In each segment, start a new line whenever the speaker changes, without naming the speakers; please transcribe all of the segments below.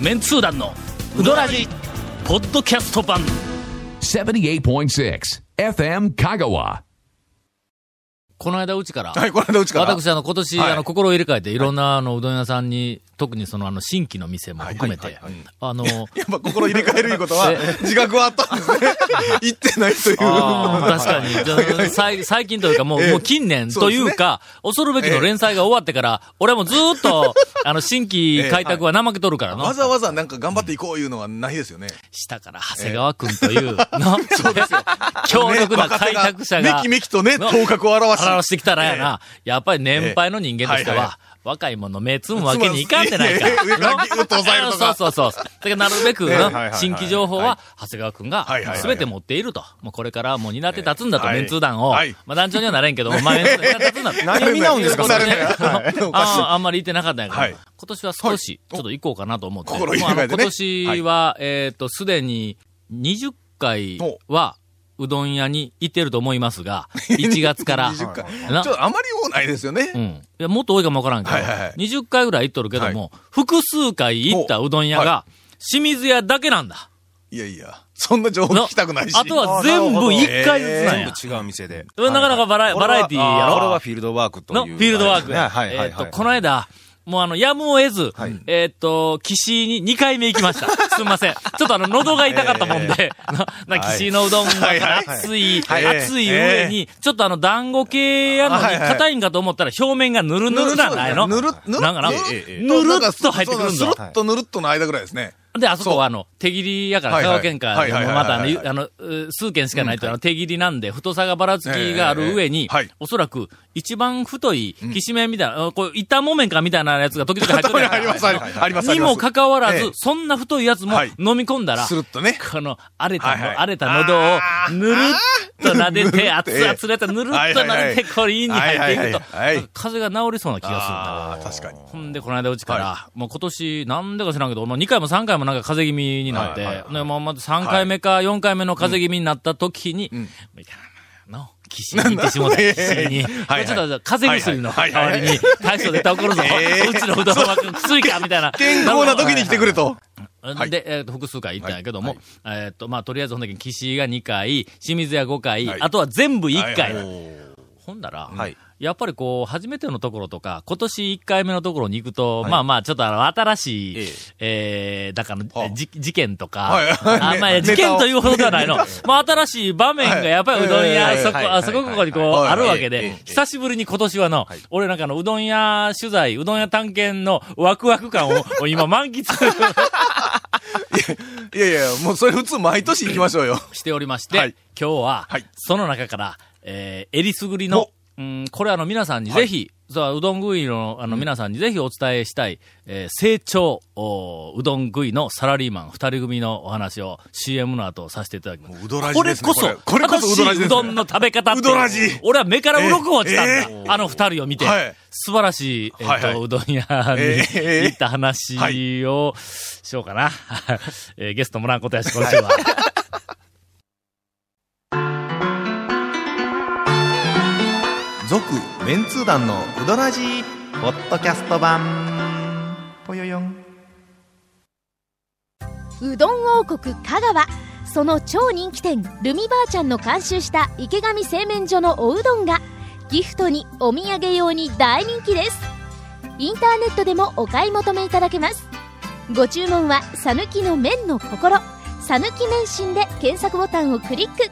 メンツー団のウドラジポッドキャスト版
78.6 FM Kagawa.
この間うちから、
はい、この間うちから。
私、あの、今年、
はい
あの、心を入れ替えて、いろんな、あの、うどん屋さんに、特にその、あの、新規の店も含めて、あの、
やっぱ心入れ替えるいうことは、自覚はあったんですね。 言ってないという。
あー確かにじゃあさい。最近というか、もう、
ええ
もう近年というか、恐るべきの連載が終わってから、俺もずーっと、あの、新規開拓は怠けとるからの。
わざわざなんか頑張っていこういうのはないですよね。
下から長谷川くんと いう、の、強力な開拓者が、
ね若手がめきめきとね、
の
頭角を表し。
表してきたらやな、やっぱり年配の人間としては、
ええはいは
若い者の目つむわけにいかんでないか。
つまん上からギュッと押さえるとか
そうそうそう。だからなるべく、
ええはいはいはい
新規情報は、長谷川くんが
はいはいはい、
すべて持っていると。もうこれからもう担って立つんだと、
ええ
メンツー団を。
はい
まあ団長にはなれんけど、お前の担って立つんだと。
何を見直うんです か
ということ
はい
でね
おかしい
あああんまり言ってなかったんやけど、
はい
今年は少し、ちょっと行こうかなと思って。もう
心入
あの
れ替えて
今
ね
年は、えっと、すでに20回は、うどん屋に行ってると思いますが、1月か ら。
20回
な
ちょっとあまり多ないですよね
う。ん。いや、もっと多いかもわからんけど、
はいはいはい
20回ぐらい行っとるけども、複数回行ったうどん屋が、清水屋だけなんだ。
いやいや、そんな情報
の
聞きたくないし。
あとは全部1回ずつなんや。
全部違う店で。
なかなかバラバラエティーやろ
あこれはフィールドワークという。
のフィールドワーク
は
や。
いはい
え
は
っ、
いは
と、
い。
この間、もうあの、やむを得ず、
はい
えっ、と、岸井に2回目行きました。すんません。ちょっとあの、喉が痛かったもんで、 な、な岸井のうどんが熱い、
はいはい
熱い上に、ちょっとあの、団子系やのに
はいはい
硬いんかと思ったら表面がぬるぬるなんだよの。
ぬる、ぬる、
なんかな、
ぬる
ぬるっと入ってくるん
そう
だ
な。するっとぬるっとの間ぐらいですね。
で、あそこはあの、手切りやから、
はい
香
は
川
い
県からでも
はいはい
またあの、
はい
ゆ
はい
あの、う数軒しかないと、あの、手切りなんで、太さがばらつきがある上
えええ
に
えはい、
おそらく、一番太い、きしめんみたいな、あこう、板もめんかみたいなやつが時々入って
たま
るや
に
ん
あります、ありますあります。
にもかかわら
え
ず
え、
そんな太いやつも
はい
飲み込んだら、
するっとね。
この、荒れた
はいはい
の、荒れた喉を、ぬるっと撫 でて、
あー
熱々でた、ぬるっと撫でて、これ、胃に入っていくと
はいはいはいはい、
風邪が治りそうな気がするんだ。
ああ、確かに。
ほんで、この間うちから、もう今年、なんでか知らんけど、もう2回も3回もなんか風邪気味になって、ね、もうまず3回目か4回目の風邪気味になった時に、みたいなの、岸に行ってしもうた、岸に。
はいはい
ちょっと風邪薬の
はい
代
はい
わりに、大将絶対怒るぞ、
えー
うちのうどんは薬か、みたいな。
健康な時に来てくれと。はい
で、えーと複数回行ったんやけども、えーっと、まあ、とりあえずほんだけ岸が2回、清水屋5回、
はい
あとは全部1回。
はい
ほんだら、
はい
やっぱりこう、初めてのところとか、今年1回目のところに行くと、まあまあ、ちょっとあの、新しい、え
え
ーだから、
はあ
じ事件とか、
はい
あまあ、
ね
事件というほどではないの。まあ、新しい場面がやっぱりうどん屋、
はい
そこ、
はい
あそこここにこう、
はい
あるわけ
ええ
で
え、え
久しぶりに今年はの、俺なんかあのうどん屋取材、うどん屋探検のワクワク感を、を今満喫。
いやいや、もうそれ普通毎年行きましょうよ。
しておりまして、
はい
今日は、
はい
その中から、えー、えりすぐりの、うん、これあの皆さんにぜひ、そううどん食いのあの皆さんにぜひお伝えしたい、えー成長おうどん食いのサラリーマン二人組のお話を CM の後させていただきます。
うどら
これこそ、
これこそうど
正
ら
し
じ
い
で
う
す
ど
ね
んの食べ方って。
うどらじ
俺は目から鱗落ちたんだ。
え
あの二人を見て、
はい
素晴らしい、えっ、と、
はいはいう
どん屋に
ええ
行った話をしようかな。 えーゲストもらんことやし、今週は。
続メンツー団のウドラジーポッドキャスト版ぽよよん
うどん王国香川その超人気店ルミばあちゃんの監修した池上製麺所のおうどんがギフトにお土産用に大人気ですインターネットでもお買い求めいただけますご注文は「さぬきの麺の心」「さぬき麺心」で検索ボタンをクリック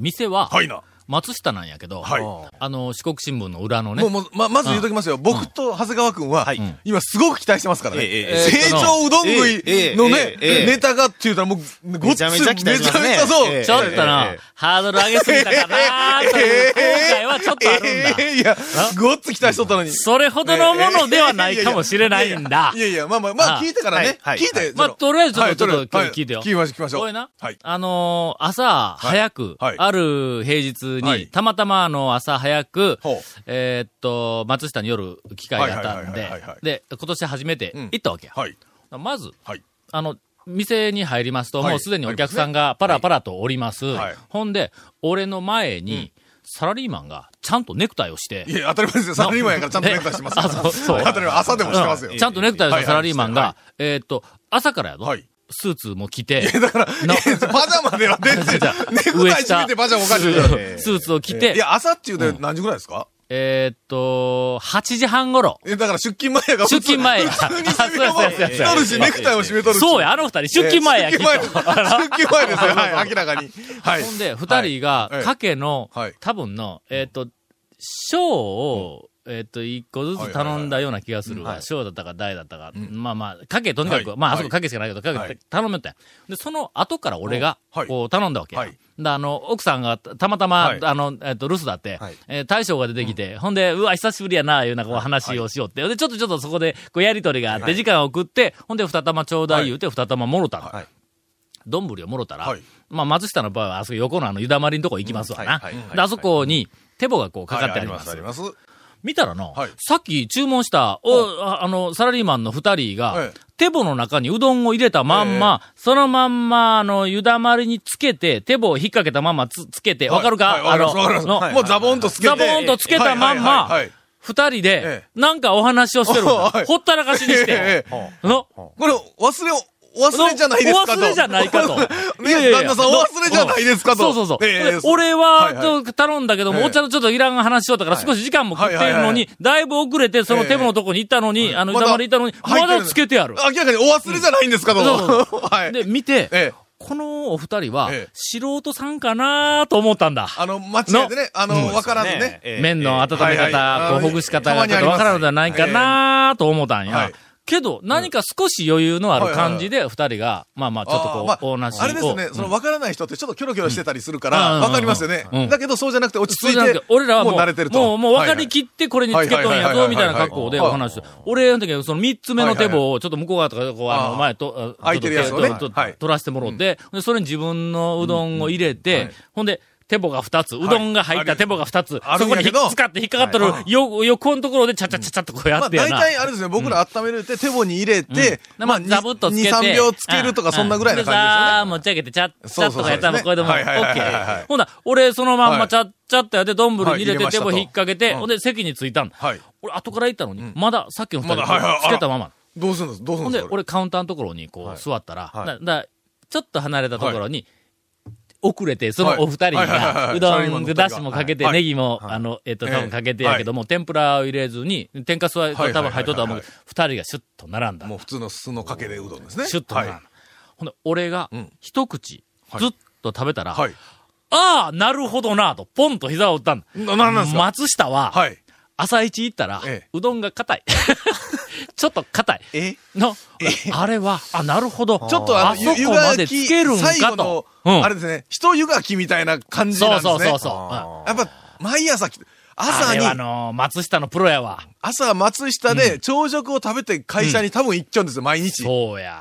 店は、
はいな。
松下なんやけど、
はい
あの、四国新聞の裏のね
もう、、もう、ま、まず言うときますよ。僕と長谷川くんは、
ん
今すごく期待してますからね。
ええええ
成長うどん食いのね、
ええええ
ネタがって言うたらもう、ごっ
めちゃめちゃ期待しますね
めちゃめちゃそう。
ええ
ちょっとな、
ええ
ハードル上げすぎたかなという後悔はちょっとあるんだ。
ええいや、ごっつ期待しとったのに。
それほどのものではないかもしれないんだ
い。やいや、まあまあ、ま
あ
あ聞いてからね。
はいはい
聞いて。
まあ、
その
とりあえずちょっと、ちょ
は
っと今
と
日聞いてよ。
は聞きましょう、聞きましょう。
これな、
はい。
あのー朝早く、
はい
ある平日に、
はい
たまたまあの朝早く
ほう、
えーっと、松下に夜機会があったん
はい
で
はいはいはいはい、
で、今年初めて
うん
行ったわけや。
はい。
まず、
はい。
あの、店に入りますと、
はい
もうすでにお客さんがパラパラとおります。
はい
ほんで、俺の前に、サラリーマンがちゃんとネクタイをして
い、や、当たり前ですよ。サラリーマンやからちゃんとネクタイしてますから。
あそうそう
当たり前、朝でもしてますよ。
ちゃんとネクタイをし
は
た
い
サラリーマン
は
が、えーっと、朝からやろ
はい
スーツも着て、
だから、い
な
やパジャマでは出 て、ネクタイ締めてパジャマおかしい
ス
じゃん
ーツスーツを着
い
て、
や、朝っていうのは何時ぐらいですか
えーっと、8時半頃。
え、だから出勤前やから。
出勤前や
普通にセミのも
あそうやそうやそうや
着とるし、ネクタイを締めとるし。
そうや、あの二人、出勤前や、
出
きっ
勤前で
と。
す。出勤前ですよ。 はい、明らかに。はい。
ほんで、二人が
はい、
賭けの
はい、
多分の、えっと、賞を、えっと、一個ずつ頼んだような気がするわ。賞だったか、誰だったか。まあまあ、賭け、とにか
は
く、
い
まあ、あそ
は
こ
い
賭けしかないけど、賭
は
け
い
頼めたんやで、その後から俺が
は、い
こう、頼んだわけや。
はい
で、あの、奥さんが、たたまたま
はい、
あの、えっと、留守だって
はい、
えー大将が出てきて、ほんで、うわ、久しぶりやな、いうような、こう、話をしようって。で、ちょっとちょっとそこで、こう、やりとりがあって、時間を送って、ほんで、二玉ちょうだい言うて、二玉もろたの。どんぶりをもろたら、
はい
まあ、松下の場合は、あそこ横のあの、湯だまりのとこ行きますわな。
はいはいはい
で、あそこに、テボがこう、かかってあり
はい
ま。
ありますす、あります。
見たらの、
はい
さっき注文した、お、ああの、サラリーマンの二人が、
ええ
テボの中にうどんを入れたまんま、そのまんま、あの、湯だまりにつけて、テボを引っ掛けたまんまつ、つけて、わ、かるか、
はいはいわかります、わかり
あの、
ます。もうザボンとつけて。
ザボンとつけたまんま
はいはいはいはい
二人で
え、
なんかお話をしてるんだ、
はい
ほったらかしにして、
ええ
の、
これ、忘れを、お忘れじゃないですかと。。
お忘れじゃないかと
ね旦那さん、お忘れじゃないですか
そ
と。
うそうそう。
ええ
俺
は
は、
い
ちょっと頼んだけども、
ええ
お茶のちょっといらん話しよったから、少し時間も食ってる
はい
の
はいは
に、だいぶ遅れて、その手のとこに行ったのに、あの、
ま
歌
だ
丸行ったのに、
入っ
ま
てる
だつけてある。
明らかにお忘れじゃないんですかと。
そうそうそ
はい。
で、見て、
ええ。
このお二人は
ええ、
素人さんかなと思ったんだ。
あの、間違えてね、あの、わからずね。
ええ
麺の温め
はいはい
方、こう、ほぐし方
たま
が
に
ちょ
あ
っ
り
と
ま
わ
す
からんのではないかなと思ったん
は
や
い。
けど、何か少し余裕のある感じで、二人が、まあまあ、ちょっと
あー
こ
ま
う、お話を。
あれですね、その分からない人ってちょっとキョロキョロしてたりするか
うんうん
ら、
うん
分かりますよ
う
ね
ん。
だけどそうじゃなくて落ち
そう
着い
じゃなく
て
て、、俺らはも
も
う、
う慣れてると。
もう、もう分かり
っ
きってこれにつけとんやぞ、みたいな格好でお話し俺の時はその三つ目の手棒をちょっと向こう側とか、こう、あの、前と、取らせてもろって、それに自分のうどんを入れて、ほんで、手棒が二つ、うどんが入った手棒が二つ、そこに使って引っかかっとる、横のところでちゃちゃちゃちゃっとこうや
ま
っ
あ、
てや
大
な。
体あれですね、僕ら温めるって手棒に入れて、
でまあ、
に
ザブッとつけて。
2、3秒つけるとか、そんなぐらいな
でザー
感
持ち上げて、ちゃっち
そ
ゃ
う
っ
そ
と
うそう
かやったらもうこれでも、オ
はいはいは
ッ
い
ケ
はいは
ー
い。
ほんなら俺そのまん
は
ま
い
ちゃっちゃってやって、丼に入れ
はい入れ
て、
まし
手
たと
棒引っ掛けて、
うん
ほんで席に着いたんだ。
はい
俺後から行ったのに、まださっきの二人
まだはいはい
つけたまま。
じですよね。どうするんですどうする
ほん
んで
です
か、
俺カウンターのところにこう座ったら、
はい
ななちょっと離れたところに、遅れて、そのお二人
はいはいはいは
が、
いう
ど
サラリーマ
ん
ン
で
の
だしもかけて、
はい
ネギも、あの、えっと、多分かけてやけども、天ぷらを入れずに、天かすは多分入っとったと思うけど、二人がシュッと並んだ
も。う普通の酢のかけでうどんですね。
シュッとな
は
る
い。
ほんで、俺が
ん、
一口、ずっと食べたら、
はい。
ああ、なるほどな、と、ポンと膝を打ったんだ。
な、なんなんですか
松下は、
はい。
朝一行ったら、
ええ
うどんが硬い。 ちょっと硬い。
え
の、あれは、あ、なるほど。
ちょっとあの、
そこ
湯
ま
が
で
き、
つけるん
最
か
後
と
の。、
うん
あれですね、人湯がきみたいな感じなん
そう
ですね。
そうそうそう。
やっぱ、毎朝来て、
あ
朝
れはあ
に、
のー、松下のプロやわ。
朝松下で朝食を食べて会社に多分行っちゃうんですよ、毎日。
そうや。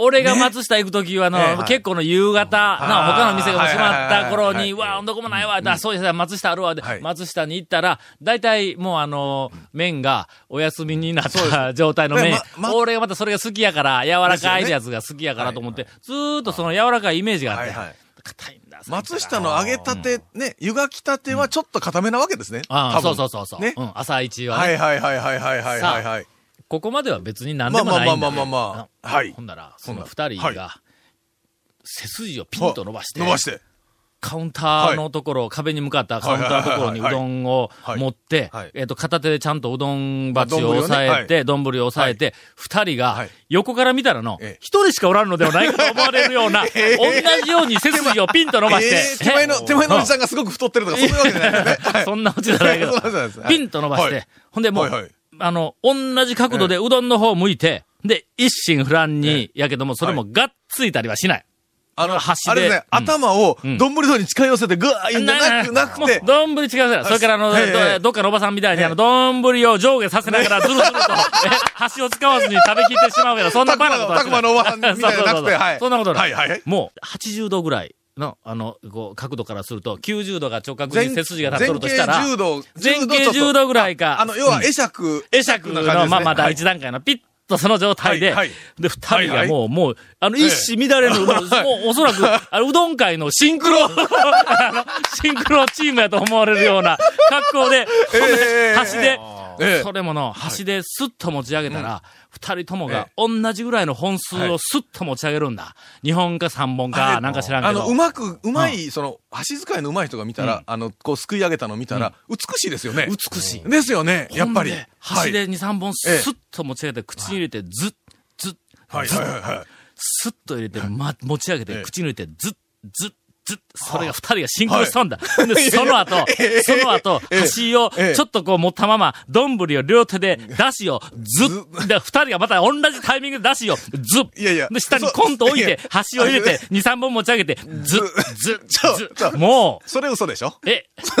俺が松下行くときはの、結構の夕方、な、他の店がもう閉まった頃に、うわ、どこもないわ、だそうですね、松下あるわ、で
はい
松下に行ったら、大体もうあの、麺がお休みになった状態の
ね
麺、
まま
俺がまたそれが好きやから、柔らか
ですよ
い
ね
やつが好きやからと思って、ずーっとその柔らかいイメージがあっ
はい
て
はい、
硬いんだ。
松下の揚げたて、ね、湯がきたてはちょっと固めなわけですね。
ああ、
多
そ
分
うそうそうそう。
ね
う。ん、朝一はね、
はいはいはいはいはいはいはいはい。
ここまでは別に何
ま
でも
あま
ない
あま
んだ
あまあまあまあ。はい
ほ。んだら、そ
んな
の二人
は
が、背筋をピンと伸ばして、
伸ばして。
カウンターのところ、壁に向かったカウンターのところにう
はいはいはい
ど
はい
んを持って
はい、
えっと、片手でちゃんとうどん鉢を押さえ
ま
て、丼を押さえて、二人
は
が
い、
横から見たらの
ええ、
一人しかおらんのではないかと思われるよう な、同じように背筋をピンと伸ばし
ええ
て、
手前の、手前のおじさんがすごく太ってるとか、そういうわけじゃない ですね。はい
そんなうちじゃないけど
そうなんです、はい
ピンと伸ばして、
はい
ほんでもう、
はいはい
あの、同じ角度でうどんの方向いて、で、一心不乱に、やけども、それもがっついたりはしない。
あ
の
の、
端で
あれですね、
うん
頭を
ん、
丼の方に近寄せて、ぐわーいうんじゃなく、なくて、
どんぶり違うから、それからあの、
えええ
ど
え
どっかのおばさんみたいに、あの、どんぶりを上下させながら、ずるずると、え箸を使わずに食べきってしまうような、そんなバカなことは
たくまのおばさんみたいなのな
そうそう
く
そう
て、
そう
はい。
そんなことない。
はいはいはい。
もう、80度ぐらいの、あの、こう、角度からすると、90度が直角
前
に背筋が立っ
前
とるとしたら、
傾10度、
前
ちょっ
傾
と
10度ぐらいか。
あの、要
う
は
ん
会釈、
会釈
な感じです
の、
ね
まあまあ、
は
第
い
一段階の、ピッとその状態で、
はいはい
で、二人がもう、もう、あの、一糸乱れぬ、もうもうおそらく、あの、うどん界のシンクロ、あのシンクロチームやと思われるような格好で、橋で、
ええ
それもの、橋ですっと持ち上げたら、二、人ともが同じぐらいの本数をすっと持ち上げるんだ。日本か三本か、なんか知らん
あ
けど。
の、うまく、うまい、その、箸使いのうまい人が見たら、あの、こう、すくい上げたのを見たら、美しいですよね。
美しい。
ですよね、やっぱり
ほんで。箸
はい。
で2、3本スッと持ち上げて、口に入れて、ずっ、ずっ、
はい、はい、はいはい。
スッと入れて、ま、持ち上げて
え、え
口に入れて、ずっ、ずっ、ずっ、それが二人がシンクロしたんだ。 で、その後、その後、箸を、
ええ
ちょっとこう持ったまま、丼を両手で、出汁を、ずっ、で、二人がまた同じタイミングで出汁を、ずっ、
いやいや
で、下にコンと置いて
そういや、
箸を入れて、2、3本持ち上げて、ずっ、ずっ、ずっ、も
それ嘘でしょ
う、え、
そ、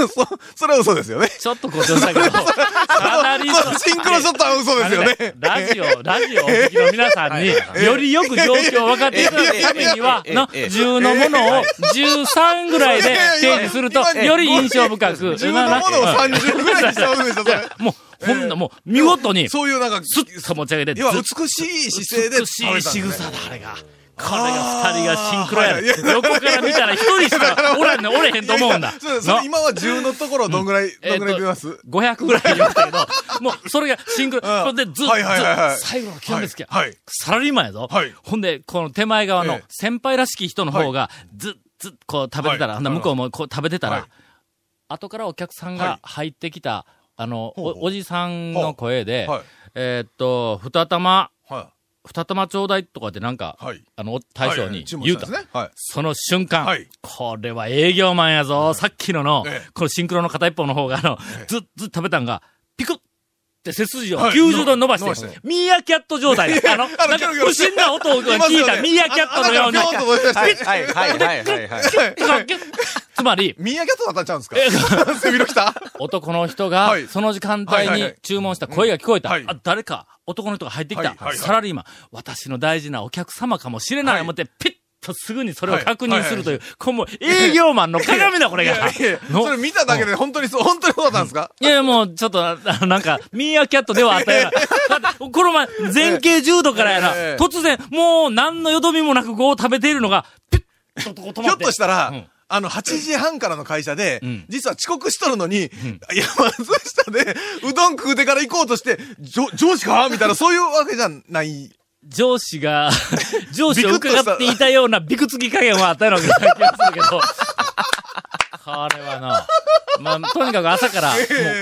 それ嘘ですよね。
ちょっと誇張したけ ど、かなり、
そうシンクロショットは嘘ですよ ね。
ラジオ、ラジオをお聞きの皆さんに、
は
よりよく状況を分かっていただくためには、
ええ
の、
ええ
10のものを13ぐらいで提示すると、
いやいやいや
より印象深く。
自分のものを30ぐらいにしちゃうでしょ、それ。
もう、ほんな、もう、見事に、ス
そういうなんか、
ッと持ち上げて、
要は
ず
美
っ
しい姿勢で
美しい仕草だ、あれが。これ
あ
が
ー
二人がシンクロや
はいはいい
る。
や
横から見たら一人しかおらんねん、おれへんと思うんだ。
そうそ
な
れ今は10のところどんぐらい、どんぐらい見ます
500ぐらい言ったけど、もう、それがシンクロ、そ
ん
れでずっと、
はいはいはいはい
ずっ最後の極めつけや、
はいはい
サラリーマンやぞ。
はい
ほんで、この手前側の
ええ
先輩らしき人の方が、ずっずっこう食べてたら、
はい
ほんで向こうもこう食べてたら、
はい
後からお客さん
は
が
い
入ってきた、あの、
ほうほう
おおじさんの声で、
はい
えーっと、二玉、
は
二玉ちょうだいとかってなんか、
い。はい。
あの、大将に
は
言う
い
た。
注文したんですね。はい。
その瞬間、
はい
これは営業マンやぞ、さっきのの、
ええ
このシンクロの片一方の方が、あの、ずっずっ食べたんが、ピクって背筋を
はい
90度に伸ばして、
伸ばして
ミーアキャット状態で、あの、なん
あのキ
か
ョロキョ
不
ロして
審な音を聞
ます
い
よ
た
ね
ミーアキャットのように、
あなんかピョンと飛び出して
はい、はい、はい、はい、はい。
ギュッつまり、
ミーアキャットだったんちゃうんですか 背広来た
男の人が
は、い
その時間
は
帯
いはいは
に
い
注文した声が聞こえた。
はい
あ、誰か、男の人が入ってきた。
はいはいはい
サラリーマン、私の大事なお客様かもしれない思って、ピッとすぐにそれを
はい
確認するという、これもう営業マンの鏡だ、これ
い
が。
やいやいや
の
それ見ただけで本当にそう、本当にそうだったんですか
いやいや、もう、ちょっと、 ああの、なんか、ミーアキャットではあったよう な。だって、この前、前傾10度からやな、
ええ
突然、もう、何のよどみもなく、こう食べているのが、ピッとこう止
ひ
ま
ょっ
って。
とした
う
ら
ん、
あの、8時半からの会社で
ん、
実は遅刻しとるのに、山下で、うどん食うてから行こうとして、じょ上司かみたいな、そういうわけじゃない。
上司 が、上司を
ビクッとした
伺っていたようなびくつき加減はあったような気がするけど。これはな、まあ、とにかく朝から、も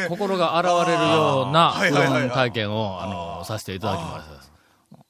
う心が洗われるような
あーは、いうはいはい
どん体験を、あの、させていただきました。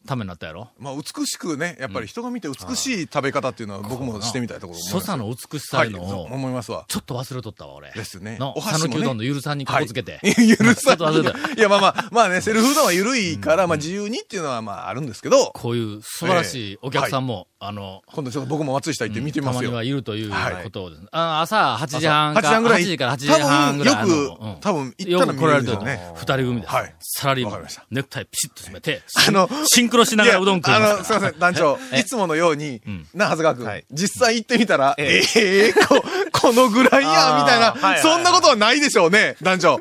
ためになったやろ
まあ、美しくね、やっぱり人が見て美しい食べ方っていうのは僕もしてみたいところ思い
所
ます
作の美しさ
はい、
いうの
そう
を、
思いますわ。
ちょっと忘れとったわ、俺。
ですね
の、
お箸もね
讃岐うどんのゆるさんにここつけ て。
いや許さ
ちょっと忘れ
な
た
い。いや、まあまあ、まあね、セルフうどんは緩いから、まあ自由にっていうのはまああるんですけど、
こういう素晴らしいお客さんも、あの、
今度ちょっと僕も松下行って見てみ
た
ま
ますに
よ。
はいるという
はい
ことをですね。あ朝8時半
8
か、
時半ぐらい。
8時から8時半ぐらい。
多
あ
分
の
よ
うん
く、多分行
よ
ったら
く
見
来ら
れ
れ
るん
て
です
る
よね。
二人組です。
はい
サラリーマ
わか
ン
りました。
ネクタイピシッと締めて、
あの
シンクロしながらうどん食う
い
ん
や
で
あ
す
の、すい
か
ません、団長
え。え
いつものように
ん、
な、長谷川
は
君
い、
実際行ってみたら、え
え
え、こ、 このぐらいや、
あー
みたい
はいは
な、
い
そんなことはないでしょうね、団長。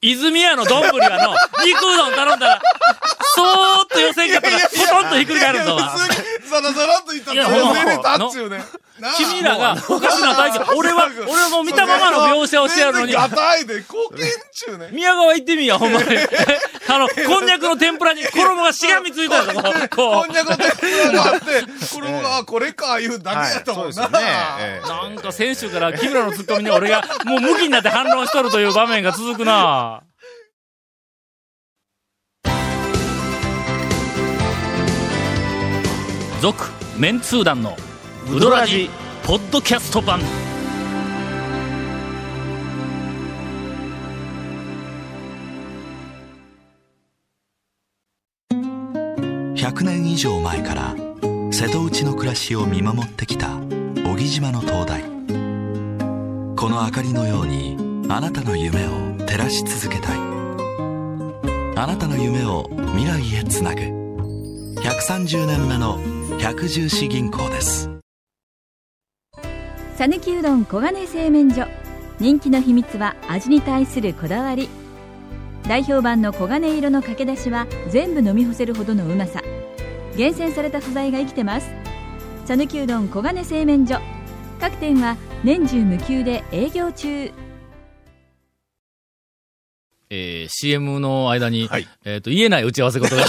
泉屋の丼はの、肉うどん頼んだら、そーっと予選方がほとんどひっくり返るぞ。
普通に、ザラザラっと行った
いや
ら、
ほんま
全然たっちゅうね。なあ
君らが、おかしな大将、俺は、俺はもう見たままの描写をしてやるのに
全、然ガタイで、貢献ちゅうね。
宮川行ってみいや、ほんまに。 あの、こんにゃくの天ぷらに衣がしがみついたぞ、こ
こ。
うん
にゃくの天ぷらがあって、これも、あ、これか、いうだけやと
そう
思う
です
な
よ。ね。ええ
なんか先週から木村のツッコミに俺がもう無気になって反論しとるという場面が続くな続、メンツー団のウドラジポッドキャスト版。
100年以上前から瀬戸内の暮らしを見守ってきた小木島の灯台この明かりのようにあなたの夢を照らし続けたいあなたの夢を未来へつなぐ130年目の百十四銀行です
さぬきうどん黄金製麺所人気の秘密は味に対するこだわり代表版の黄金色のかけだしは全部飲み干せるほどのうまさ厳選された素材が生きてます讃岐うどん黄金製麺所各店は年中無休で営業中
えー CM の間に、
はい
えっ、と、言えない打ち合わせ事が、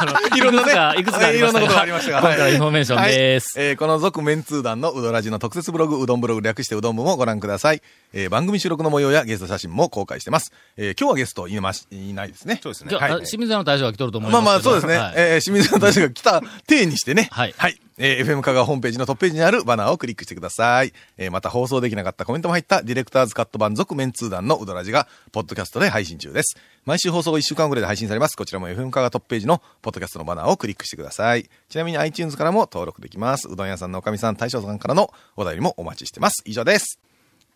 あの
いろんなね
いくつか、いくつかあり
い
ま
ろ
した
んなことが
が
ありました
今
が
回のインフォメーションです。
はいえーこの続メンツー団のうどらじの特設ブログ、うどんブログ略してうどん部もご覧ください。えー番組収録の模様やゲスト写真も公開してます。えー今日はゲストいまし、いないですね。
そうですね
じゃ。あ、
はい
あ清水屋の大将が来とると思い
ま
ま
あ
す
まあ、
けど
そうですね。
はい
えー清水の大将が来た体にしてね。
はい
えー FM 香川ホームページのトップページにあるバナーをクリックしてください。えーまた放送できなかったコメントも入ったディレクターズカット版続メンツー団のうどらじが、ポッドキャストで配信中です。毎週放送1週間ぐらいで配信されます。こちらも FM 香川トップページのポッドキャストのバナーをクリックしてください。ちなみに iTunes からも登録できます。うどん屋さんのおかみさん、大将さんからのお便りもお待ちしてます。以上です。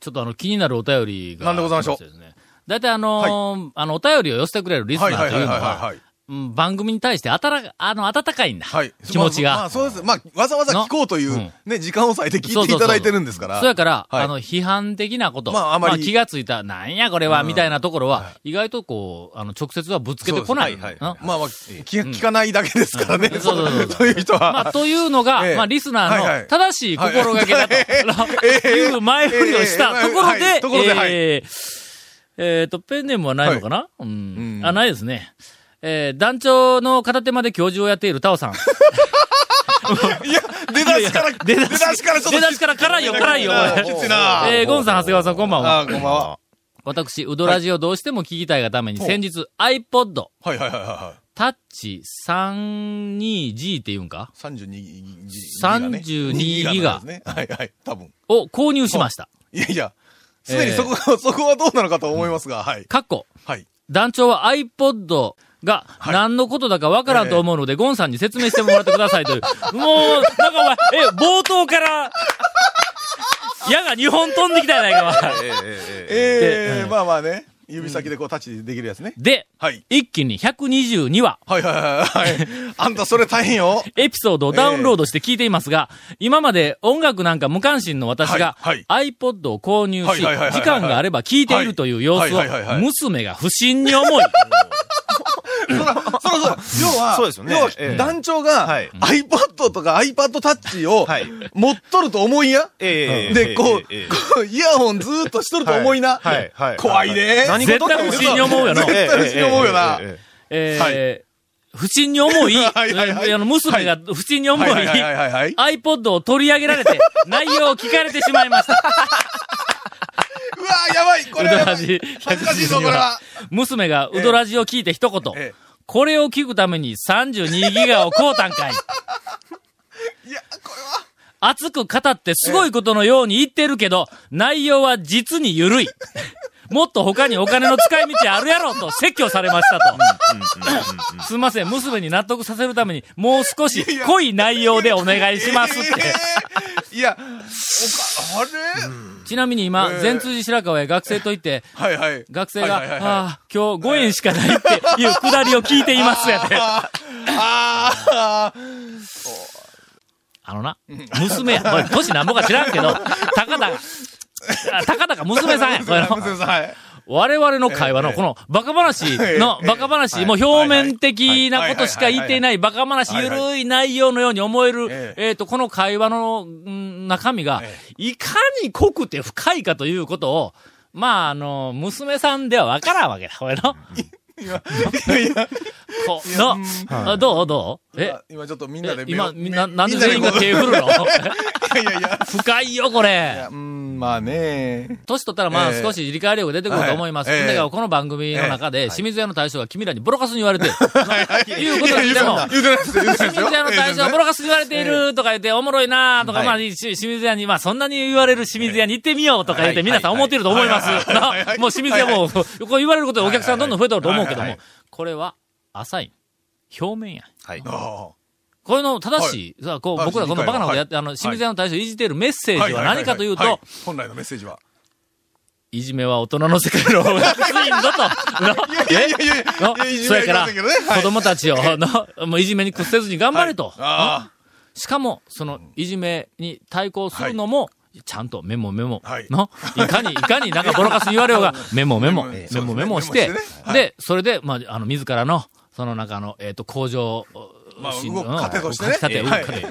ちょっとあの、気になるお便りが。
なんでございましょう
来てすね。大体あのーあの、お便りを寄せてくれるリスナーというのは、
い。
うん番組に対してあたら、あの、温かいんだ。
はい。
気持ち
まあま
が
あ、。そうです。まあ、わざわざ聞こうとい
な
う、
うん
ね、時間を割いて聞
そうそう
いて
そ
いうただいてるんですから。
そうやから、
はい
あの、批判的なこと。
まああまり
気がついた、なんやこれは、
うん
みたいなところは、意外とこう、あの、直接はぶつけてこない。
そうです
な
まあまあ、聞聞かないだけですからね。
うんそうそうそう
そういう人は。
まあ、というのが、
ええ
まあ、リスナ
は
ー
いは
の
い
正しい心がけだと、
はい ええ
いう前振りをした
ええ
ところで、
はいところではい
えーえーと、ペンネームはないのかな、うん
うん
あ、ないですね。えー団長の片手間で教授をやっているタオ さん。
いや、出だしから、出だしからちょっと。
出だしから辛いよ、辛いよ、これ
きついな
えーゴンさん、長谷川さん、こんばんは。
あーこんばんは。
私、ウドラジをどうしても聞きたいがために、
はい
先日、iPod、
はいはいはいは
タッチ 32G って言うんか
い。32ギガね。
32
ギガなんですね。はいはい、多分。
を購入しました。
いやいや、すでにそこ が、そこはどうなのかと思いますが、はい。
かっこ、
はい。
団長は iPod が
い
何のことだかわからんと思うので、ゴンさんに説明してもらってください という。もう、なんかお前、え、冒頭から、矢が2本飛んできたやないか、お前
ええええええ
え
えー、まあまあね、指先でこうタッチできるやつね。
で、
はい。
一気に122話。
はいはいはいはい。あんたそれ大変よ。
エピソードをダウンロードして聞いていますが、今まで音楽なんか無関心の私が、
はい
iPod を購入
はい
し、
はいはいはいはい
時間があれば聞いているという様子を
はいはいはいはいは、い
娘が不審に思い、
そら、 そらそう だ。要は、
そうですよね
要は
ええ
団長が、
はい
iPad とか iPad タッチを
はい、
持っとると思いや、
ええ
で、こう、
ええええ
こうイヤホンずーっとしとると思いな。
はいはいはい
怖いね。
何事
絶対不審に思うよな
絶。対不審に思うよな。
えええええええ
えー不審に思い、
はいはいはい
えーあの娘が不審に思い、
はいはいはいはいはい。
iPod を取り上げられ て、内容を聞かれてしまい ました。
うわーやばいこ
う
れ
ど
はや
ら
ばい
じ
恥ずかしいぞ、これは。
娘がうどらじを聞いて一言、
ええ
これを聞くために32ギガを買うたん かい。
いや、これは。
熱く語ってすごいことのように言ってるけど、内容は実に緩い。 もっと他にお金の使い道あるやろと説教されましたと。すいません、娘に納得させるために、もう少し濃い内容でお願いしますって。
えーいや、おか、あれ、
ちなみに今、
ええ
全通寺白川へ学生と言 って、
はいはい。
学生が、
はいはいはいはい
ああ、今日5円しかないっていうくだりを聞いていますやで。
あーあー、
あのな、娘や。これ、歳なんぼか知らんけど、たかだが、あたかだか娘さんや。これの
娘さんはい。
我々の会話のこのバカ話のバカ話、もう表面的なことしか言っていないバカ話、ゆるい内容のように思える、
え
えっと、この会話のうん中身が、いかに濃くて深いかということを、まあ、あの、娘さんではわからんわけだ、これの。 この、あどうどうえ
今、今ちょっとみんなで
え
目を
今、みんな、
み
なんで全員が手振る の
いやいやいや。
深いよ、これ
い。やうーん、まあね。
年取ったらまあ
ええ
少し理解力が出てくると思います。
はいええ
だからこの番組の中で、清水屋の大将が君らにボロカスに言われてる。いうことに
言
して
うて
も
ない、言うてないですよ。言うてないです
清
よ
水屋の大将はボロカスに言われているとか言って、おもろいなとか、
はい
まあ、し清水屋に、まあそんなに言われる清水屋に行ってみようとか言って、
はい
皆さん思ってると思います。
いはい
な もう清水屋も、こう言われることでお客さんどんどん増えてると思うけど
はい
も
はい、
これは浅い。表面や。
はい。
あ
これの正しい、さあこう
はい
僕らこのバカなことやって、あの、清水屋の大将をいじっているメッセ
あ
ージは何かという
はは
と
は、本来のメッセージは。
いじめは大人の世界の方がきついんだと。ない
やいやいやいや
の
いや、いじ
そ
め
れ
ら
か
れて
ら、
ましたけどねはい
子供たちを、の、もういじめに屈せずに頑張れと。
あ
しかも、その、いじめに対抗するのも、ちゃんとメモメモ。
はい
のいかに、いかになんかボロカス言われようが、メモメモ、
メ
メ
モそうです
モ
ね
メモして
メモ、
で、それで、まあ、あの、自らの、その中の、えっと、工場、
まあ
し
動く糧としてね
うん糧
はい
糧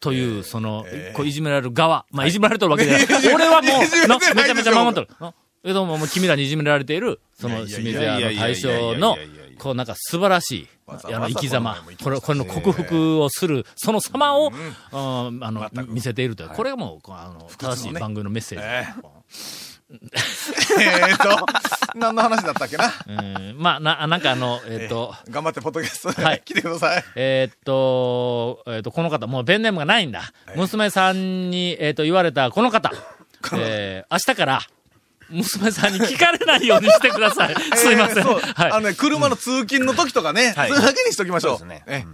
という、その、こういじめられる側。まあ、いじめられてるわけじゃない。俺はも
いじ
う、
めてな
ない
でしょ
めちゃめちゃ守っとる。のえども、もう君らにいじめられている、その清水屋の大将の、こうなんか素晴らしい、
わざ
あ
わざ
の、生き
この前
様
も言っ。て
こ
ま
れ、
したし
この克服をする、その様を、うんあの、見せているという。これがもう、こうあの、正しい番組のメッセージ。
えっと、 何の話だったっけな。
うんまあ、な、なんかあ の、えっと、
頑張ってポッドキャスト
は
で
い
来てください。
えーっと、えーっと、この方、もうペンネームがないんだ。娘さんに、えーっと、言われたこの方、えー、明日から、娘さんに聞かれないようにしてください。すいませ
え
ん。
ーそう
は
あ
い。
のね、車の通勤の時とかね、それだけにしときましょう。
そうですね
え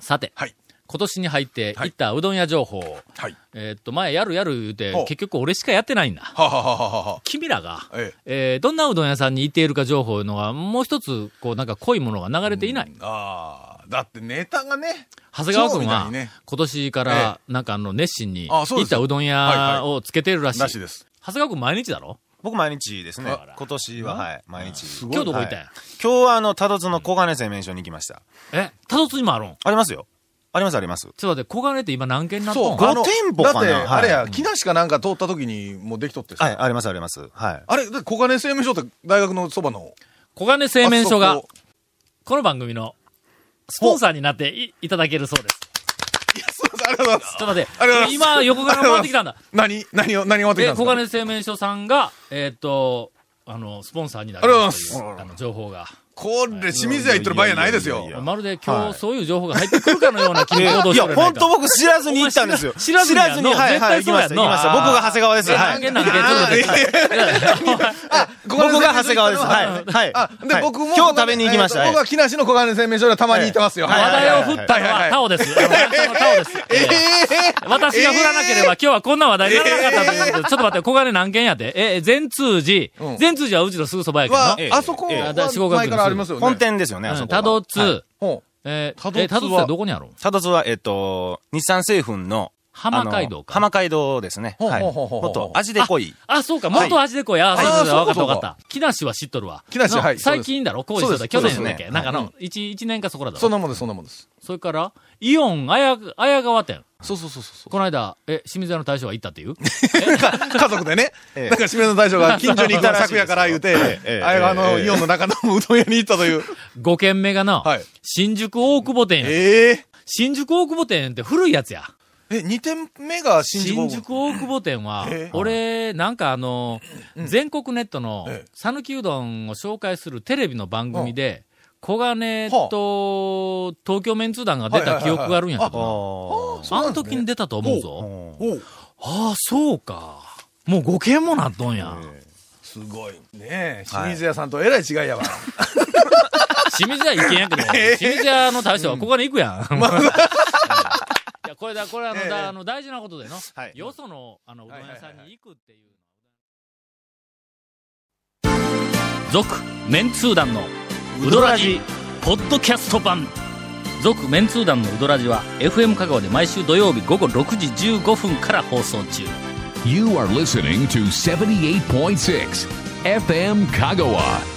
さて、
はい
今年に入って、行ったうどん屋情報、
はい。
えーっと、前やるやる言うて
ほう、
結局俺しかやってないんだ。
はあはあはあはあはあ
君らが、
え
え
え
ーどんなうどん屋さんに行っているか情報のは、もう一つ、こう、なんか濃いものが流れていない。
ああ、だってネタがね、
長谷川君
そう
は
みたいね、
今年から、なんかあの、熱心に、
あそう
行
で
っ
すよ
たうどん
はいは
屋
い
をつけてるらしい。
らしいです。
長谷川君毎日だろ
僕毎日ですね
あ。
今年は、はい、毎日。
ごい
今日どこ行ったん
はい
や、
今日はあの、多度津の小金製麺所に行きました。
え、多度津にもあるん
ありますよ。ありますあります。
ちょっと待って、小金って今何件になった
そう、
ん
ご
あの
店舗か
だ
な
って、
はい
あれや、木梨かなんか通った時にもうできとってさ
はい、ありますあります。はい。
あれ、だって小金井製麺所って大学のそばの。
小金製麺所
あ
が
そこ、
この番組の、スポンサーになっていいただけるそうです。
そうですありがとうございます。
ちょっと待って
ありがとうございます
今横から回ってき たんだ。
何、何を、何を回ってきた
で、
んです
小
か
金製麺所さんが、えーっと、あの、スポンサーにな
ありがとう
る
ございます
あの、情報が。
これ、清水屋行ってる場合やないです
いやい
よ
やい。やいや
まるで今日そういう情報が入ってくるかのような気行動を
い
し
や
て、る
本当僕知らずに行ったんですよ。
知らずにやんの
知らはい、はい、
絶対
行
そ
き
う
ま
やんの
した、行きました。僕が長谷川です。は
何
い。
件何件ちょっと待って
僕が長谷川です。はい。はい。
あ、で、
はい
僕も。
今日食べに行きました。
えーと僕は木梨の小金製麺所でたまに行ってますよ。
はい
話
はい
題を振ったのはタオです。あのあのタオです。
ええ
私が振らなければ今日はこんな話題にならなかったんですけど、ちょっと待って、小金何件やって。え、全通寺
うん。
全通寺はうちのすぐそばやけど
は
な。
ええ、
あそこ
ええ
は
私語学部
前からありますよね。
本。店ですよね、あ
う
そ
ん
こは。
多度
はい
津。
ほう。
えー、
多
多
度津
度津っ
は
てどこにあるの
多度津は、えっと、日産製粉の、
浜街道
あの
か
浜街道ですね。
ほう
はい。
ほうほうほうほう
もっと味で濃い。
あ、そうか、元味でこうや、あ
はい
そうそうそう、
あー
わかった
そう
わ
か
か
そう
っ
か
た。木梨は知っとるわ。
木梨
な
はいそうで
最
す
近だろ工事
そう
し
で
た去
す
年だっ
そうで
け、
すね
なんか
はい
の、一、一年かそこらだ
そん
ろ
なもんです、そんなもんです。
それから、イオン綾、綾川店。
そうそうそうそう。
この間、え、清水屋の大将が行ったっていう
家族でね、
え
な
え
んか清水の大将が近所に行ったら昨夜から言うて、
えええ
あれがあの、
ええ
イオンの中のうどん屋に行ったという。
?5 軒目がな、
はい
新宿大久保店や、
ええ
新宿大久保店って古いやつや。
え、2店目が新宿
新宿大久保店は
ええ、
俺、なんかあの、全国ネットの
ええ、
讃岐うどんを紹介するテレビの番組で、小金と東京メンツ団が出た記憶があるんやけ
はいは
ど、あの時に出たと思うぞ。
おう
ああ、そうか。もう5軒もなっとんや。
すごい。ねえ、清水屋さんとえらい違いやわ。
清水屋行けんやけど、清水屋の大将はここに行くやん。 いや、これだ、これあの、だあの大事なことでの、
はい
よその、あの、うどん屋さんに行くっていう。続、メンツー団の、ウドラジ、ポッドキャスト版。続、メンツー団のウドラジは、FM 香川で毎週土曜日午後6時15分から放送中。
You are listening to 78.6 FM Kagawa.